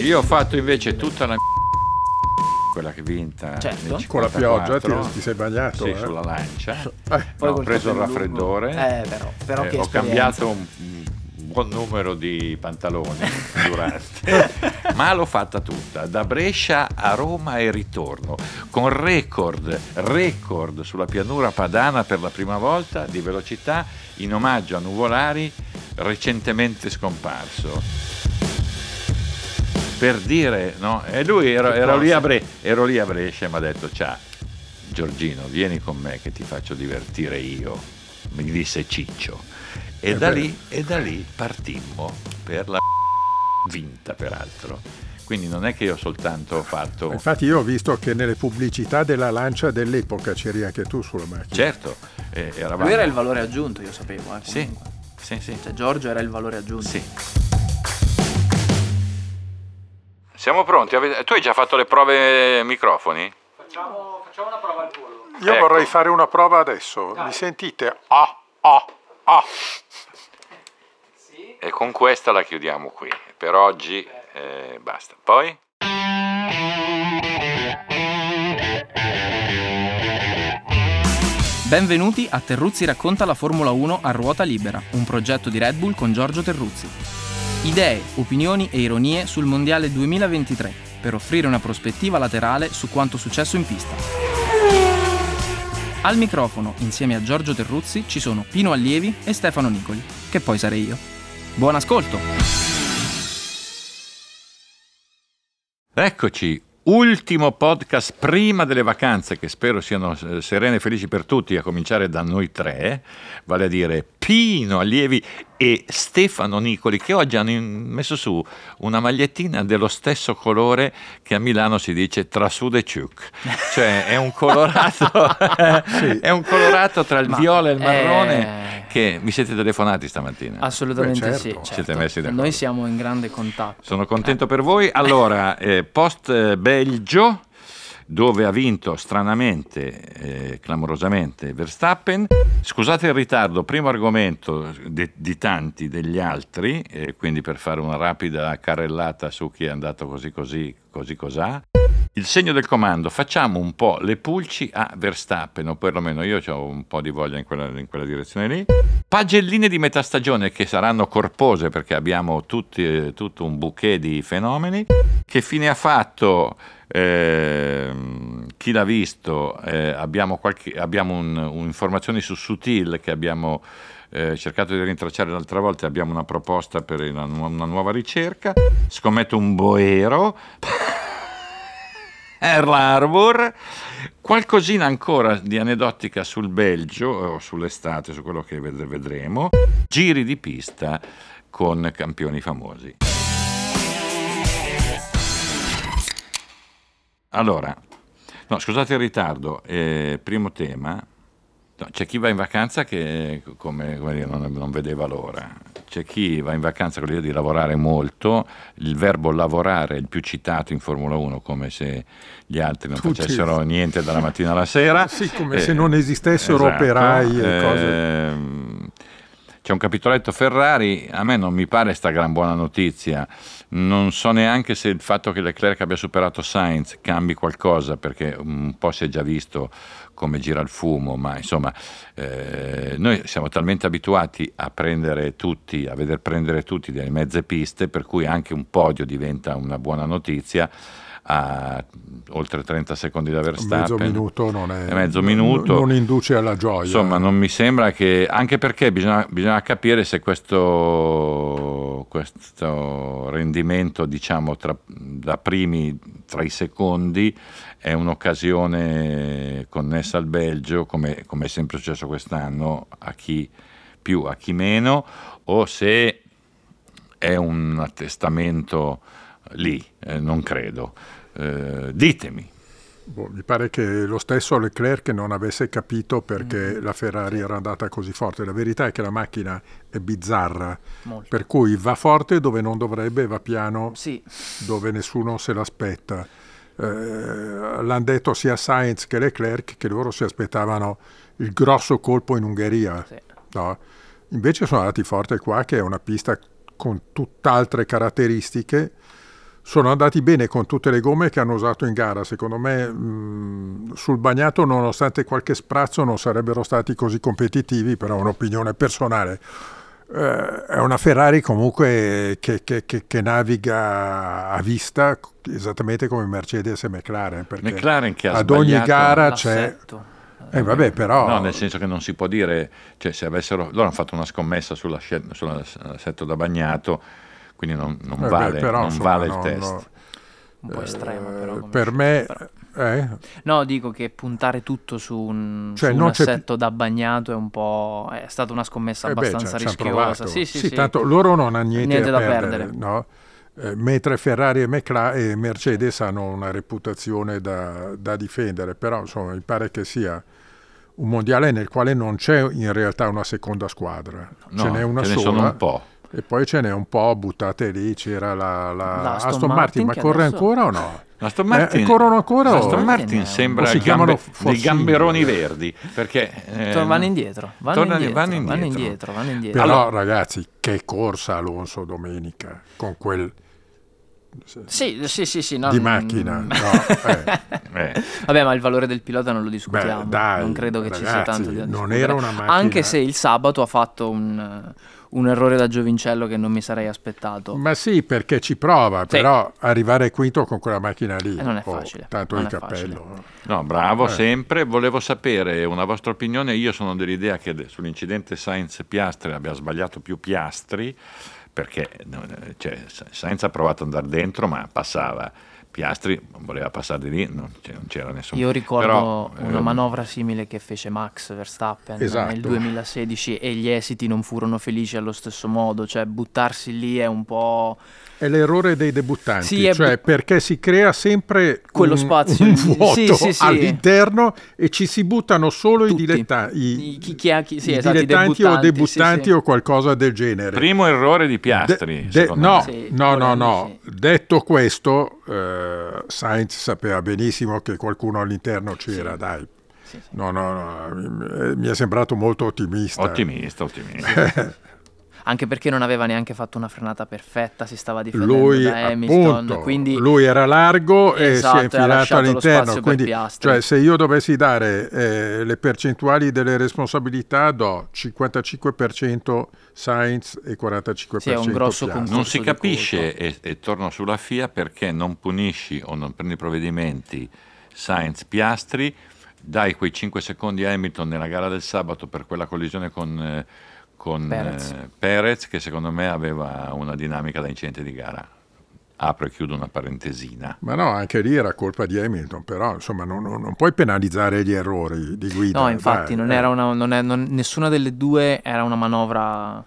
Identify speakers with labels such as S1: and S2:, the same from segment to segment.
S1: Io ho fatto invece tutta la quella che è vinta
S2: Certo.
S1: nel
S3: Con la pioggia,
S1: 54.
S3: ti- ti sei bagnato,
S1: Sì,
S3: eh.
S1: sulla lancia.
S2: Poi
S1: ho
S2: col
S1: preso il
S2: capello
S1: raffreddore.
S2: lungo. Eh, però- però che
S1: ho
S2: esperienza.
S1: cambiato un, un buon numero di pantaloni durante. Ma l'ho fatta tutta, da Brescia a Roma e ritorno, con record, record sulla pianura padana per la prima volta di velocità in omaggio a Nuvolari recentemente scomparso. Per dire, no? E lui ero, ero lì, a Bre- ero lì a Brescia e mi ha detto, ciao, Giorgino, vieni con me che ti faccio divertire io, mi disse Ciccio. E,
S3: È
S1: da
S3: vero.
S1: lì, e da lì partimmo per la vinta, peraltro. Quindi non è che io soltanto ho fatto...
S3: Infatti io ho visto che nelle pubblicità della lancia dell'epoca c'eri anche tu sulla macchina.
S1: Certo, eh, eravamo...
S2: Lui era il valore aggiunto, io sapevo. Eh,
S1: Sì,
S2: comunque.
S1: sì, sì.
S2: Cioè, Giorgio era il valore aggiunto.
S1: sì. Siamo pronti? Avete- Tu hai già fatto le prove microfoni?
S4: Facciamo, facciamo una prova al volo.
S3: Io
S1: Ecco.
S3: vorrei fare una prova adesso. Mi sentite? Ah, ah, ah.
S4: Sì.
S1: E con questa la chiudiamo qui. Per oggi eh, basta. Poi?
S5: Benvenuti a Terruzzi racconta la Formula 1 a ruota libera, un progetto di Red Bull con Giorgio Terruzzi. Idee, opinioni e ironie sul Mondiale 2023 per offrire una prospettiva laterale su quanto successo in pista. Al microfono, insieme a Giorgio Terruzzi, ci sono Pino Allievi e Stefano Nicoli, che poi sarei io. Buon ascolto!
S1: Eccoci, ultimo podcast prima delle vacanze, che spero siano eh, serene e felici per tutti, a cominciare da noi tre, vale a dire Pino Allievi e Stefano Nicoli, che oggi hanno in- messo su una magliettina dello stesso colore che a Milano si dice trasude ciuc, cioè è un colorato, è un colorato tra il
S5: Ma,
S1: viola e il marrone
S5: eh,
S1: che vi siete telefonati stamattina.
S5: Assolutamente
S3: Beh, certo.
S5: sì. certo.
S1: Siete messi d'accordo.
S5: Noi siamo in grande contatto.
S1: Sono contento per voi. Allora, eh, post eh, Belgio, dove ha vinto stranamente, eh, clamorosamente Verstappen. Scusate il ritardo, primo argomento de- di tanti degli altri, eh, quindi per fare una rapida carrellata su chi è andato così così, così cos'ha. Il segno del comando, facciamo un po' le pulci a Verstappen, o perlomeno io ho un po' di voglia in quella, in quella direzione lì. Pagelline di metà stagione che saranno corpose perché abbiamo tutti- eh, tutto un bouquet di fenomeni. Che fine ha fatto? ehm, chi l'ha visto? Eh, abbiamo qualche- abbiamo un- un'informazione su Sutil che abbiamo eh, cercato di rintracciare l'altra volta. Abbiamo una proposta per una, nu- una nuova ricerca. Scommetto un boero. Earl Harbor, qualcosina ancora di aneddotica sul Belgio, o sull'estate, su quello che ved- vedremo, giri di pista con campioni famosi. Allora, no, scusate il ritardo, eh, primo tema, No, c'è chi va in vacanza che come, come dire, non, non vedeva l'ora, c'è chi va in vacanza con l'idea di lavorare molto, il verbo lavorare è il più citato in Formula 1 come se gli altri non
S3: Tutti.
S1: facessero niente dalla mattina alla sera.
S3: Sì, come
S1: Eh,
S3: se non esistessero
S1: esatto.
S3: operai e cose.
S1: Ehm, C'è un capitoletto Ferrari, a me non mi pare sta gran buona notizia, non so neanche se il fatto che Leclerc abbia superato Sainz cambi qualcosa, perché un po' si è già visto come gira il fumo, ma insomma eh, noi siamo talmente abituati a prendere tutti, a veder prendere tutti delle mezze piste, per cui anche un podio diventa una buona notizia a oltre 30 secondi da Verstappen.
S3: Mezzo minuto non è...
S1: Eh, mezzo minuto.
S3: Non induce alla gioia.
S1: Insomma, non mi sembra che. Anche perché bisogna, bisogna capire se questo, questo rendimento, diciamo, tra- da primi tra i secondi è un'occasione connessa al Belgio, come, come è sempre successo quest'anno, a chi più, a chi meno, o se è un attestamento lì. Eh, non credo. Eh, ditemi.
S3: Boh, mi pare che lo stesso Leclerc non avesse capito perché
S1: Mm.
S3: la Ferrari era andata così forte. La verità è che la macchina è bizzarra,
S5: Molto.
S3: per cui va forte dove non dovrebbe, va piano
S2: Sì,
S3: dove nessuno se l'aspetta. Eh, l'hanno detto sia Sainz che Leclerc che loro si aspettavano il grosso colpo in Ungheria.
S5: Sì.
S3: no? Invece sono andati forte qua che è una pista con tutt'altre caratteristiche sono andati bene con tutte le gomme che hanno usato in gara. Secondo me mh, sul bagnato, nonostante qualche sprazzo, non sarebbero stati così competitivi, però è un'opinione personale. Eh, è una Ferrari comunque che, che- che- che naviga a vista esattamente come Mercedes e McLaren. Perché
S1: McLaren che ha
S3: ad ogni
S1: sbagliato-
S3: gara Ah, c'è...
S2: L'assetto.
S3: Eh, vabbè, però...
S1: No, nel senso che non si può dire, cioè se avessero, loro hanno fatto una scommessa sulla scel- sull'assetto da bagnato, quindi non, non
S3: eh, beh,
S1: vale,
S3: però,
S1: non
S3: insomma,
S1: vale il
S3: no,
S1: test.
S3: no.
S2: Un po' estrema
S3: Eh,
S2: però. come
S3: per
S2: scelta,
S3: me...
S2: però.
S3: eh?
S2: No, dico che puntare tutto su un,
S3: Cioè,
S2: su un
S3: non c'è
S2: assetto da bagnato è un po'... è stata una scommessa
S3: Eh beh,
S2: abbastanza
S3: ci- ci han
S2: rischiosa.
S3: provato.
S2: Sì, sì, sì.
S3: tanto loro non hanno niente,
S2: Niente
S3: da
S2: da
S3: perdere,
S2: perdere.
S3: no? Eh, mentre Ferrari e, Mecla- e Mercedes hanno una reputazione da, da difendere, però insomma mi pare che sia un mondiale nel quale non c'è in realtà una seconda squadra,
S1: No,
S3: ce n'è una
S1: ce ne
S3: sola
S1: sono un po'.
S3: e poi ce n'è un po' buttate lì, c'era la, la-
S2: La
S3: Aston,
S2: Aston
S3: Martin,
S2: Martin
S3: ma
S2: che
S3: corre
S2: adesso-
S3: ancora o no?
S1: Aston Martin,
S3: Eh, corrono ancora o-
S1: Aston Martin
S2: O
S1: sembra
S3: si
S1: gambe-
S3: chiamano
S1: dei
S3: fossili.
S1: gamberoni verdi perché eh,
S2: Tor- Cioè, vanno indietro, vanno,
S1: tornano-
S2: indietro,
S1: vanno indietro.
S2: vanno indietro, vanno indietro.
S3: Però
S2: Allora,
S3: ragazzi, che corsa Alonso domenica con quel
S2: sì, sì, sì, sì, no,
S3: di
S2: mm,
S3: macchina, no, eh.
S1: eh,
S2: Vabbè, ma il valore del pilota non lo discutiamo.
S3: Beh, dai,
S2: non credo che ci sia
S3: ragazzi,
S2: tanto da
S3: non
S2: discutere.
S3: era una macchina- eh.
S2: Anche se il sabato ha fatto un, un errore da Giovincello che non mi sarei aspettato.
S3: Ma sì, perché ci prova, però arrivare quinto con quella macchina lì
S2: Eh, non è
S3: oh,
S2: facile,
S3: Tanto
S2: non
S3: il
S2: è facile.
S3: cappello.
S1: no bravo
S3: Eh.
S1: sempre volevo sapere una vostra opinione io sono dell'idea che de- sull'incidente Sainz Piastri abbia sbagliato più Piastri perché no, eh, cioè, Sa- Sainz ha provato ad andare dentro ma passava Piastri voleva passare di lì non c'è- non c'era
S3: Certo.
S1: nessuno
S2: Io ricordo
S1: Però,
S2: una
S1: eh,
S2: manovra simile che fece Max Verstappen
S3: ehm, Esatto.
S2: nel 2016 e gli esiti non furono felici allo stesso modo, cioè buttarsi lì è un po'...
S3: È l'errore dei debuttanti,
S2: Sì, è
S3: cioè
S2: bu-
S3: perché si crea sempre
S2: Quello
S3: un-
S2: spazio,
S3: un
S2: sì,
S3: vuoto
S2: sì, sì.
S3: all'interno e ci si buttano solo
S2: Tutti.
S3: i dilettanti.
S2: I- chi- chi ha- chi- sì,
S3: i
S2: esatto, i
S3: dilettanti o
S2: debuttanti,
S3: debuttanti
S2: sì, sì.
S3: o qualcosa del genere.
S1: primo errore di
S3: De-
S1: Piastri
S3: de-
S1: secondo
S3: no,
S1: me.
S2: Sì,
S3: no, no, no.
S2: volendo,
S3: Detto questo, eh, Sainz sapeva benissimo che qualcuno all'interno c'era, dai.
S2: Sì, sì.
S3: No, no, no, mi- mi è sembrato molto ottimista.
S1: ottimista ottimista
S2: Anche perché non aveva neanche fatto una frenata perfetta, si stava difendendo
S3: lui,
S2: da Hamilton,
S3: appunto,
S2: quindi
S3: lui era largo
S2: Esatto,
S3: e si
S2: e
S3: è
S2: ha
S3: infilato
S2: lasciato lo
S3: all'interno.
S2: spazio per
S3: Quindi,
S2: Piastri.
S3: cioè, se io dovessi dare eh, le percentuali delle responsabilità, do 55% Sainz e 45%
S2: Sì, è un grosso
S3: Piastri.
S2: concorso.
S1: Ah, Non si
S2: di
S1: capisce, e, e torno sulla FIA, perché non punisci o non prendi provvedimenti Sainz Piastri, dai quei 5 secondi a Hamilton nella gara del sabato per quella collisione con, eh, con,
S2: Perez.
S1: eh, Perez, che secondo me aveva una dinamica da incidente di gara. Apro e chiudo una parentesina.
S3: Ma no, anche lì era colpa di Hamilton, però insomma non, non- non puoi penalizzare gli errori di guida.
S2: No, infatti,
S3: dai,
S2: non
S3: eh.
S2: era una, non è- non- nessuna delle due era una manovra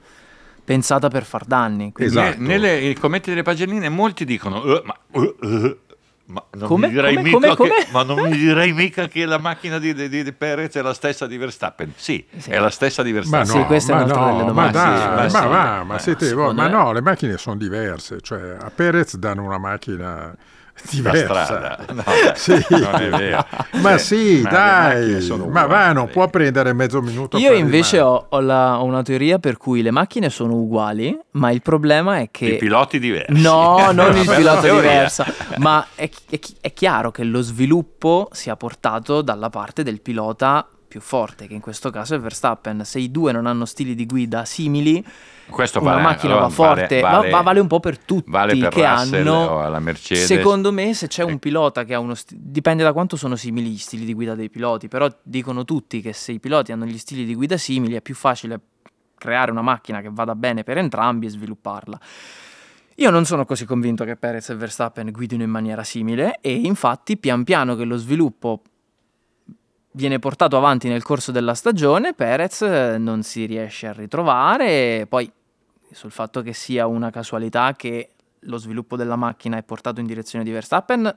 S2: pensata per far danni. quindi-
S3: Esatto.
S1: Ne- nei commenti delle pagelline molti dicono, "Eh, ma... eh, eh, ma non,
S2: Come?
S1: mi direi
S2: Come?
S1: mica
S2: Come?
S1: Che,
S2: Come?"
S1: ma non mi direi mica che la macchina di, di- di Perez è la stessa di Verstappen. Sì,
S2: Sì.
S1: è la stessa di
S3: eh, Ma
S1: Verstappen.
S3: no,
S2: Sì, questa è
S3: ma
S2: un'altra
S3: no,
S2: delle
S3: ma
S2: domande.
S3: dai,
S1: Sì,
S3: ma
S1: sì,
S3: va,
S1: sì.
S3: ma
S1: Eh,
S3: siete voi-
S2: secondo
S3: ma
S2: me-
S3: no, le macchine sono diverse, cioè a Perez danno una macchina
S1: da
S3: diversa.
S1: strada. No, dai,
S3: Sì.
S1: non è vero.
S3: Ma
S1: Eh,
S3: sì,
S1: ma le macchine
S3: dai,
S1: sono
S3: ma va,
S1: uguali.
S3: non può prendere mezzo minuto.
S2: Io
S3: per
S2: invece
S3: rimanere.
S2: ho, ho la- ho una teoria per cui le macchine sono uguali, ma il problema è che...
S1: I piloti diversi.
S2: No, non il
S1: Bella
S2: pilota
S1: teoria.
S2: diversa, ma è, chi- è chi- è chiaro che lo sviluppo sia portato dalla parte del pilota più forte, che in questo caso è Verstappen. Se i due non hanno stili di guida simili,
S1: Questo
S2: una
S1: vale-
S2: macchina
S1: allora
S2: va forte,
S1: vale- vale-
S2: ma va- vale un po' per tutti
S1: vale per
S2: che
S1: Russell
S2: hanno.
S1: o alla Mercedes.
S2: Secondo me, se c'è
S1: Eh.
S2: un pilota che ha uno sti- dipende da quanto sono simili gli stili di guida dei piloti, però dicono tutti che se i piloti hanno gli stili di guida simili è più facile creare una macchina che vada bene per entrambi e svilupparla. Io non sono così convinto che Perez e Verstappen guidino in maniera simile e infatti pian piano che lo sviluppo viene portato avanti nel corso della stagione, Perez eh, non si riesce a ritrovare e poi sul fatto che sia una casualità che lo sviluppo della macchina è portato in direzione di Verstappen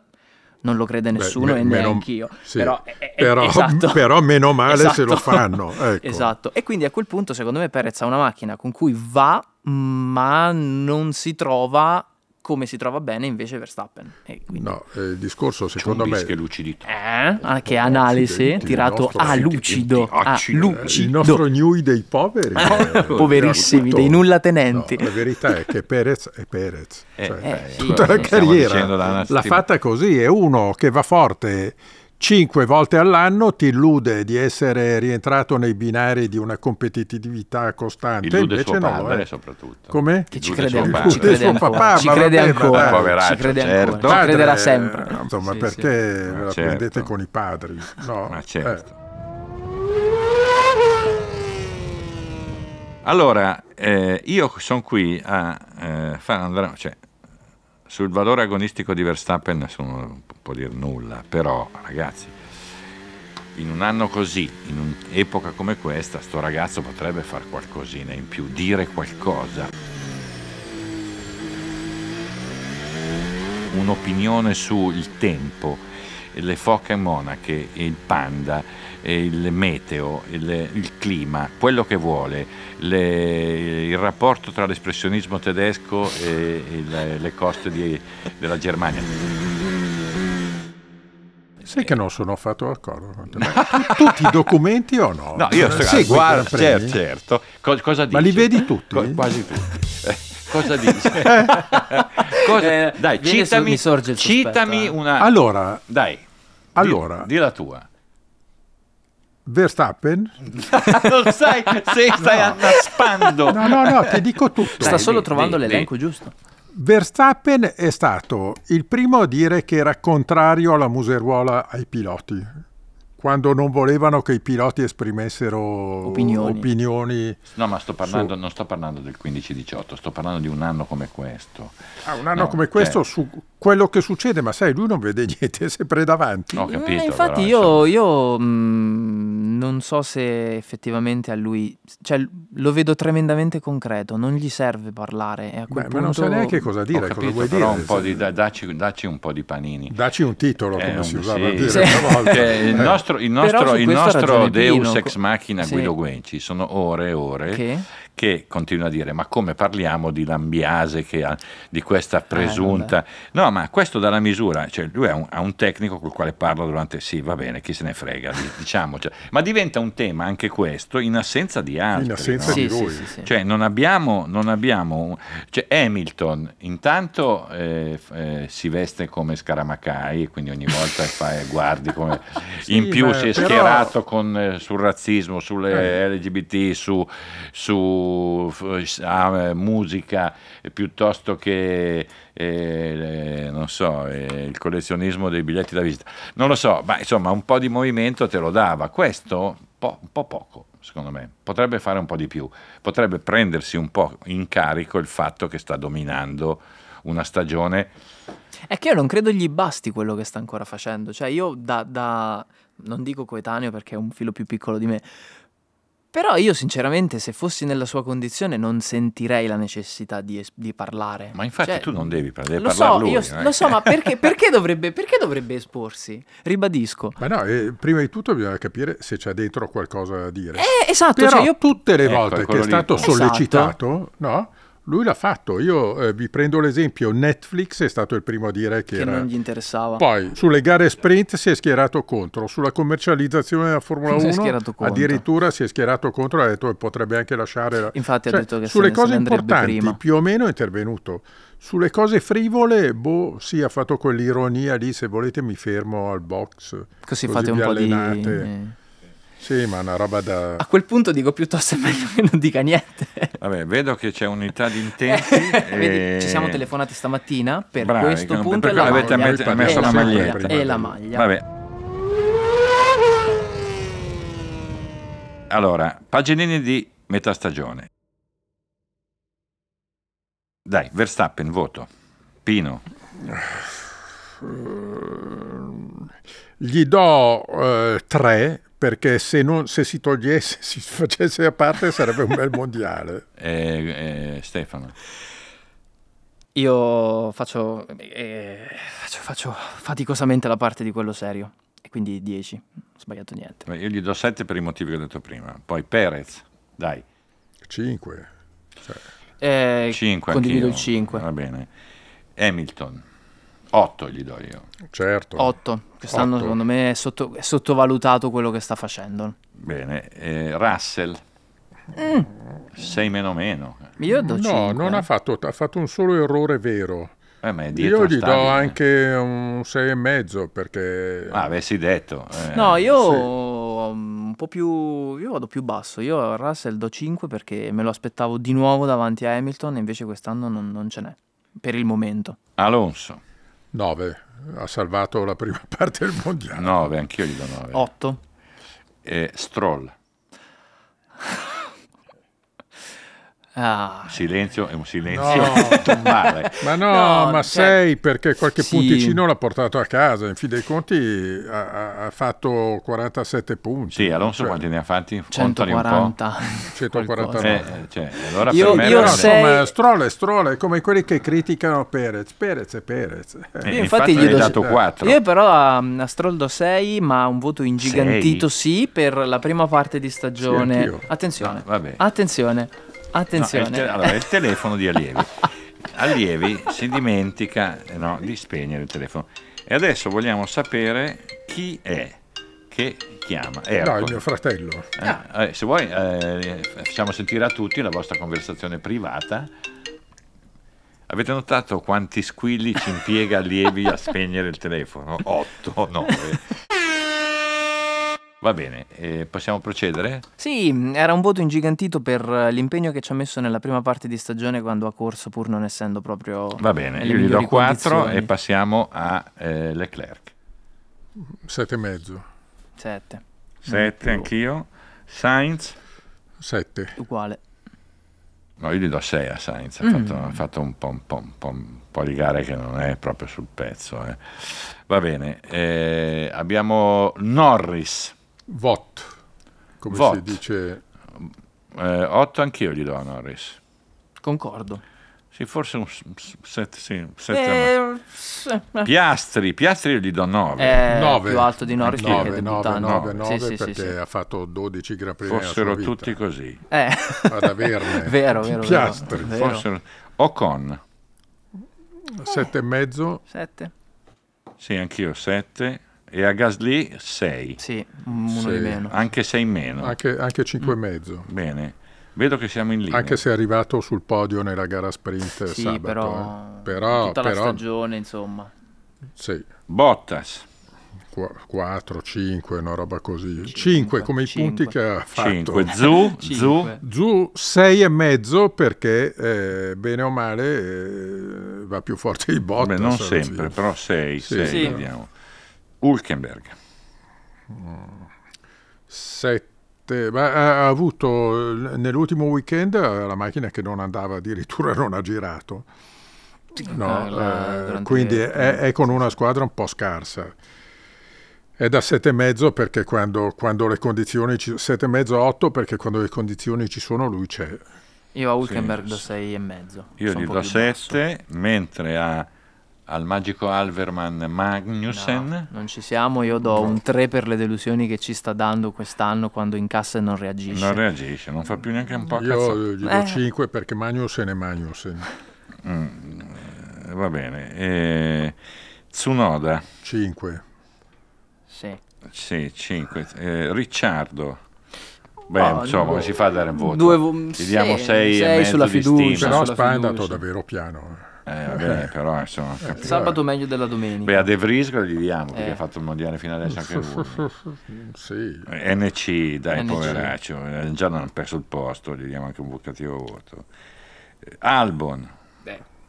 S2: non lo crede
S3: Beh,
S2: nessuno
S3: me-
S2: e
S3: meno-
S2: neanche io.
S3: sì.
S2: Però, eh, eh,
S3: Però-
S2: esatto.
S3: però meno male se lo
S2: Esatto.
S3: fanno, ecco.
S2: Esatto. E quindi a quel punto, secondo me, Perez ha una macchina con cui va, ma non si trova come si trova bene invece Verstappen. E quindi-
S3: No, eh, il discorso
S1: Ecco, C'è un
S3: secondo me...
S1: rischio lucidità.
S2: Eh? Ah, che analisi,
S3: Accidenti,
S2: tirato
S3: il nostro-
S2: a lucido, a
S1: accidenti,
S3: Il
S2: lucido.
S3: nostro Gnui dei poveri. eh,
S2: Poverissimi,
S3: tutto-
S2: dei nullatenenti.
S3: No, la verità è che Perez è Perez.
S1: Eh,
S3: Cioè,
S1: eh, sì.
S3: tutta la
S1: Stiamo dicendo da una
S3: carriera l'ha
S1: settimana.
S3: fatta così. È uno che va forte cinque volte all'anno, ti illude di essere rientrato nei binari di una competitività costante.
S1: Illude
S3: invece
S1: suo
S3: no.
S1: padre
S3: eh.
S1: soprattutto.
S3: Com'è?
S2: Che ci
S1: Illude
S2: crede
S1: suo
S2: ancora,
S1: padre.
S2: ci crede
S3: Suo
S2: ancora,
S3: papà,
S2: ci
S3: ma
S2: crede
S3: vabbè,
S2: ancora,
S3: ma dai.
S2: ci
S1: Poveraccio,
S2: crede
S1: certo.
S2: ancora, ci
S1: Padre,
S2: crederà
S3: eh,
S2: sempre.
S3: Insomma,
S5: Sì,
S3: perché
S1: Ma
S3: la
S1: certo.
S3: prendete con i padri? No,
S1: Ma
S3: eh.
S1: certo. Allora, eh, io sono qui a eh, fare andare, cioè, sul valore agonistico di Verstappen nessuno può dire nulla, però ragazzi, in un anno così, in un'epoca come questa, sto ragazzo potrebbe fare qualcosina in più, dire qualcosa. Un'opinione sul tempo, le foche monache, il panda, eh, il meteo, il, il clima, quello che vuole, le- il rapporto tra l'espressionismo tedesco e, e le, le coste di- della Germania.
S3: Eh, Sai che non sono affatto d'accordo con te. Tu- Tutti i documenti o no? Eh,
S1: No, io sto
S3: Segui i
S1: guarda,
S3: Gran Premi?
S1: certo, certo. Co- cosa dice?
S3: Ma li vedi tutti?
S1: quasi tutti. Eh, Cosa dice? Cosa-
S2: Eh,
S1: dai,
S2: vieni su-
S1: citami,
S2: mi sorge il sospetto,
S1: citami
S2: eh.
S1: una...
S3: Allora,
S1: dai, di-
S3: Allora.
S1: di, la tua.
S3: Verstappen?
S1: Lo sai, se stai annaspando.
S3: No, no, no, ti dico tutto.
S2: Sta
S1: Dai,
S2: solo
S1: dì,
S2: trovando
S1: dì,
S2: l'elenco giusto.
S3: Verstappen è stato il primo a dire che era contrario alla museruola ai piloti, quando non volevano che i piloti esprimessero
S2: Opinioni.
S3: opinioni.
S1: No, ma sto parlando, non sto parlando del 15-18, sto parlando di un anno come questo.
S3: Ah, un anno
S1: No,
S3: come questo
S1: cioè,
S3: su quello che succede, ma sai, lui non vede niente, è sempre davanti.
S1: ho capito.
S2: Eh, infatti
S1: però,
S2: io, io, mh, non so se effettivamente a lui, cioè lo vedo tremendamente concreto, non gli serve parlare. E a
S3: Beh,
S2: quel
S3: ma non
S2: punto-
S3: sa neanche cosa
S1: insomma,
S3: dire,
S1: ho
S3: cosa
S1: capito,
S3: vuoi
S1: però
S3: dire.
S1: un po' di,
S3: se-
S1: da- dacci, dacci un po' di panini.
S3: Dacci un titolo,
S1: Eh,
S3: come
S1: un-
S3: si usava a
S1: sì.
S3: dire
S1: Sì.
S3: una volta. Eh.
S1: Cioè, il nostro, il
S2: Però
S1: nostro-
S2: su
S1: il
S2: questo ha
S1: nostro
S2: ragione
S1: Deus
S2: Pino.
S1: ex machina
S2: Sì.
S1: Guido Guenci sono ore e ore
S2: Che?
S1: che continua a dire ma come parliamo di Lambiase che ha- di questa
S3: Eh,
S1: presunta no ma questo dalla misura cioè lui ha un, ha un tecnico col quale parla durante sì va bene chi se ne frega di- diciamo cioè. ma diventa un tema anche questo in assenza di altri
S3: In assenza
S1: no?
S3: di
S2: Sì, sì,
S3: lui.
S2: sì, sì.
S1: Cioè, non abbiamo, non abbiamo un- cioè, Hamilton intanto eh, f- eh, si veste come Scaramacai, e quindi ogni volta fa, eh, guardi come...
S3: Sì,
S1: in più
S3: ma
S1: si è
S3: però-
S1: schierato con, eh, sul razzismo, sulle
S2: Eh.
S1: LGBT, su, su, f- ah, eh, musica, eh, piuttosto che, eh, eh, non so, eh, il collezionismo dei biglietti da visita. Non lo so, ma insomma un po' di movimento te lo dava. Questo po- un po' poco, secondo me. Potrebbe fare un po' di più. Potrebbe prendersi un po' in carico il fatto che sta dominando una stagione.
S2: È che io non credo gli basti quello che sta ancora facendo. Cioè, io da, da- non dico coetaneo perché è un filo più piccolo di me. Però io sinceramente se fossi nella sua condizione non sentirei la necessità di, es- di parlare.
S1: Ma infatti
S2: Cioè,
S1: tu non devi parlare,
S2: Lo
S1: devi
S2: so,
S1: parlare lui.
S2: io-
S1: eh.
S2: lo so, ma perché, perché dovrebbe, perché dovrebbe esporsi? Ribadisco.
S3: Ma no, eh, prima di tutto bisogna capire se c'è dentro qualcosa da dire.
S2: Eh, esatto,
S3: Però
S2: cioè io...
S3: tutte le
S1: Ecco,
S3: volte che
S1: quello
S3: è
S1: lì.
S3: stato
S2: Esatto.
S3: sollecitato, no, lui l'ha fatto. Io eh, vi prendo l'esempio, Netflix è stato il primo a dire che,
S2: Che
S3: era...
S2: non gli interessava.
S3: Poi sulle gare sprint si è schierato contro, sulla commercializzazione della Formula
S2: Si è
S3: 1
S2: schierato contro.
S3: addirittura si è schierato contro e ha detto che potrebbe anche lasciare la...
S2: Infatti ha
S3: Cioè,
S2: detto che se
S3: sulle
S2: ne- se
S3: cose
S2: ne andrebbe
S3: importanti
S2: prima.
S3: più o meno è intervenuto. Sulle cose frivole, boh, sì, ha fatto quell'ironia lì, se volete mi fermo al box.
S2: Così fate un
S3: vi
S2: po' di...
S3: allenate.
S2: eh.
S3: Sì, ma una roba da...
S2: A quel punto dico piuttosto è meglio che non dica niente.
S1: Vabbè, vedo che c'è unità di intenti. e-
S2: Eh, Vedi, ci siamo telefonati stamattina per
S1: eh, Bravi,
S2: questo
S1: non-
S2: punto
S1: per
S2: e la
S1: quello avete
S2: maglia.
S1: met-
S2: E
S1: messo la maglietta.
S2: maglia,
S3: Prima
S2: e la
S3: di-
S2: maglia.
S1: Vabbè. Allora, paginini di metà stagione. Dai, Verstappen, voto. Pino,
S3: Gli do eh, tre, perché se, non- se si togliesse, si facesse a parte, sarebbe un bel mondiale.
S1: eh, eh, Stefano.
S2: Io faccio, eh, faccio, faccio faticosamente la parte di quello serio. E quindi 10. Non ho sbagliato niente.
S1: Io gli do 7 per i motivi che ho detto prima. Poi Perez, dai,
S3: Cinque. Cioè,
S2: Eh,
S1: 5.
S2: Condivido il 5.
S1: Ah, Va bene. Hamilton. 8 gli do io. ecco.
S3: certo.
S2: 8. Quest'anno
S3: Otto.
S2: secondo me è, sotto- è sottovalutato quello che sta facendo.
S1: Bene, eh, Russell.
S2: Mm.
S1: 6 meno meno.
S2: Io do eh.
S3: no,
S2: 5.
S3: non ha fatto, ha fatto un solo errore vero.
S1: Eh, ma è eh. dietro
S3: Io
S1: a
S3: gli do
S1: Stalin.
S3: anche un 6,5 perché...
S1: Ah, avessi detto. eh.
S2: No, io
S3: sì.
S2: um, un po' più. Io vado più basso. Io a Russell do 5 perché me lo aspettavo di nuovo davanti a Hamilton. E invece quest'anno non, non ce n'è. Per il momento.
S1: Alonso.
S3: 9. Ha salvato la prima parte del mondiale.
S1: 9, anch'io gli do 9.
S2: 8.
S1: Stroll.
S2: Ah,
S1: Silenzio è un silenzio
S3: No.
S1: tombale.
S3: Ma no,
S2: No,
S3: ma
S2: cioè-
S3: sei perché qualche
S2: Sì.
S3: punticino l'ha portato a casa. In fin dei conti ha- ha, ha fatto 47 punti.
S1: Sì, Alonso
S3: Cioè,
S1: quanti ne ha fatti? Contali un po'.
S2: 140.
S3: 149.
S1: Eh, cioè, allora
S2: Io-
S1: per me
S2: io
S1: era-
S3: Però,
S2: sei-
S3: insomma, Stroll è Stroll, è come quelli che criticano Perez. Perez è Perez.
S1: Eh,
S2: Io
S1: infatti,
S2: infatti
S1: gli
S2: gli
S1: hai
S2: do-
S1: dato 4.
S2: Io però a, a Stroll do 6, ma un voto ingigantito sì per la prima parte di stagione.
S3: anch'io.
S2: attenzione,
S1: No, vabbè.
S2: attenzione, attenzione.
S1: No, è il te- allora, è il telefono di Allievi. Allievi si dimentica eh, no, di spegnere il telefono. E adesso vogliamo sapere chi è che chiama.
S3: No,
S2: eh,
S1: Ercole.
S3: il mio fratello.
S1: Eh,
S2: Ah.
S1: eh, se vuoi eh, facciamo sentire a tutti la vostra conversazione privata. Avete notato quanti squilli ci impiega Lievi a spegnere il telefono? 8, 9. Va bene, eh, possiamo procedere?
S2: Sì, mm, era un voto ingigantito per eh, l'impegno che ci ha messo nella prima parte di stagione quando ha corso pur non essendo proprio...
S1: Va bene,
S2: nelle
S1: io gli do
S2: migliori
S1: 4
S2: condizioni.
S1: e passiamo a eh, Leclerc.
S3: 7 e mezzo.
S2: Sette,
S1: 7 anch'io. Sainz?
S3: 7.
S2: uguale.
S1: No, io gli do 6 a Sainz, ha fatto,
S2: Mm.
S1: ha fatto un, po', un po', un po', un po' di gare che non è proprio sul pezzo. eh. Va bene, eh, abbiamo Norris,
S3: Vot. Come
S1: Vot.
S3: si dice.
S1: 8 eh, anch'io gli do a Norris.
S2: Concordo.
S1: Sì, forse un 7, sì, sette-
S2: Eh, sì, eh.
S1: Piastri, Piastri io gli do 9.
S2: È
S3: Nove.
S2: Eh, più alto di Norris perché è
S3: 9, 9,
S2: debuttante.
S3: 9,
S2: Sì,
S3: 9
S2: sì, sì,
S3: perché
S2: sì.
S3: ha fatto 12 Gran Premi nella sua
S1: Fossero
S3: vita.
S1: tutti così.
S2: Eh.
S3: Ad averne.
S2: Vero, vero,
S3: Piastri.
S2: vero. Vero.
S1: Fossero... Ocon,
S3: 7 e mezzo.
S2: Sette?
S1: sì, anch'io 7. E a Gasly 6,
S2: Sì, uno
S3: Sì.
S2: di meno.
S1: anche 6 in meno.
S3: Anche, anche 5
S2: Mm.
S3: e mezzo.
S1: Bene, vedo che siamo in linea.
S3: Anche se è arrivato sul podio nella gara sprint
S2: Sì,
S3: sabato.
S2: però,
S3: eh. però,
S2: tutta la
S3: però
S2: stagione, insomma.
S3: sì,
S1: Bottas,
S3: 4, 5, una roba così. 5 come i
S2: cinque.
S3: punti che ha fatto.
S1: 5. Zu, Zu,
S2: Cinque.
S3: Giù 6 e mezzo perché eh, bene o male eh, va più forte di Bottas. eh,
S1: Beh, non
S3: alla
S1: sempre,
S3: fine.
S1: però 6,
S3: Sì.
S1: 6
S2: Sì.
S1: vediamo. Hulkenberg,
S3: 7, ma ha ha avuto eh, nell'ultimo weekend eh, la macchina che non andava, addirittura non ha girato. No,
S2: eh, la-
S3: eh,
S2: durante-
S3: quindi è, è con una squadra un po' scarsa. È da 7,5 perché quando, quando le condizioni ci 7,5-8 perché quando le condizioni ci sono lui c'è.
S2: Io a Hulkenberg do
S1: sì.
S2: 6 e mezzo.
S1: io
S2: Sono
S1: gli
S2: un po'
S1: do
S2: più
S1: 7, mentre a- al magico Alverman
S2: basso. No,
S1: Magnussen,
S2: non ci siamo, io do un 3 per le delusioni che ci sta dando quest'anno quando incassa e non reagisce.
S1: non reagisce, non fa più neanche un po' a
S3: Io
S1: cazzo.
S3: eh, gli do
S2: Eh.
S3: 5 perché Magnussen è Magnussen.
S1: Eh, Va bene. eh, Tsunoda,
S3: 5.
S2: Sì.
S1: sì, 5. Ricciardo, beh,
S2: Ah,
S1: insomma, come si fa a dare un voto?
S2: Due vo-
S1: Gli
S2: sì,
S1: diamo 6
S2: sei sulla fiducia.
S3: Però
S2: sulla
S3: Spa è andato
S2: fiducia.
S3: davvero piano. eh.
S1: Eh, vabbè, però insomma, capito.
S2: Sabato meglio della domenica.
S1: Beh, a De Vries cosa gli diamo perché
S2: Eh.
S1: ha fatto il mondiale fino adesso anche lui.
S3: Sì.
S1: NC, dai,
S2: NC.
S1: poveraccio, eh, già non ha perso il posto, gli diamo anche un cattivo voto. Eh, Albon,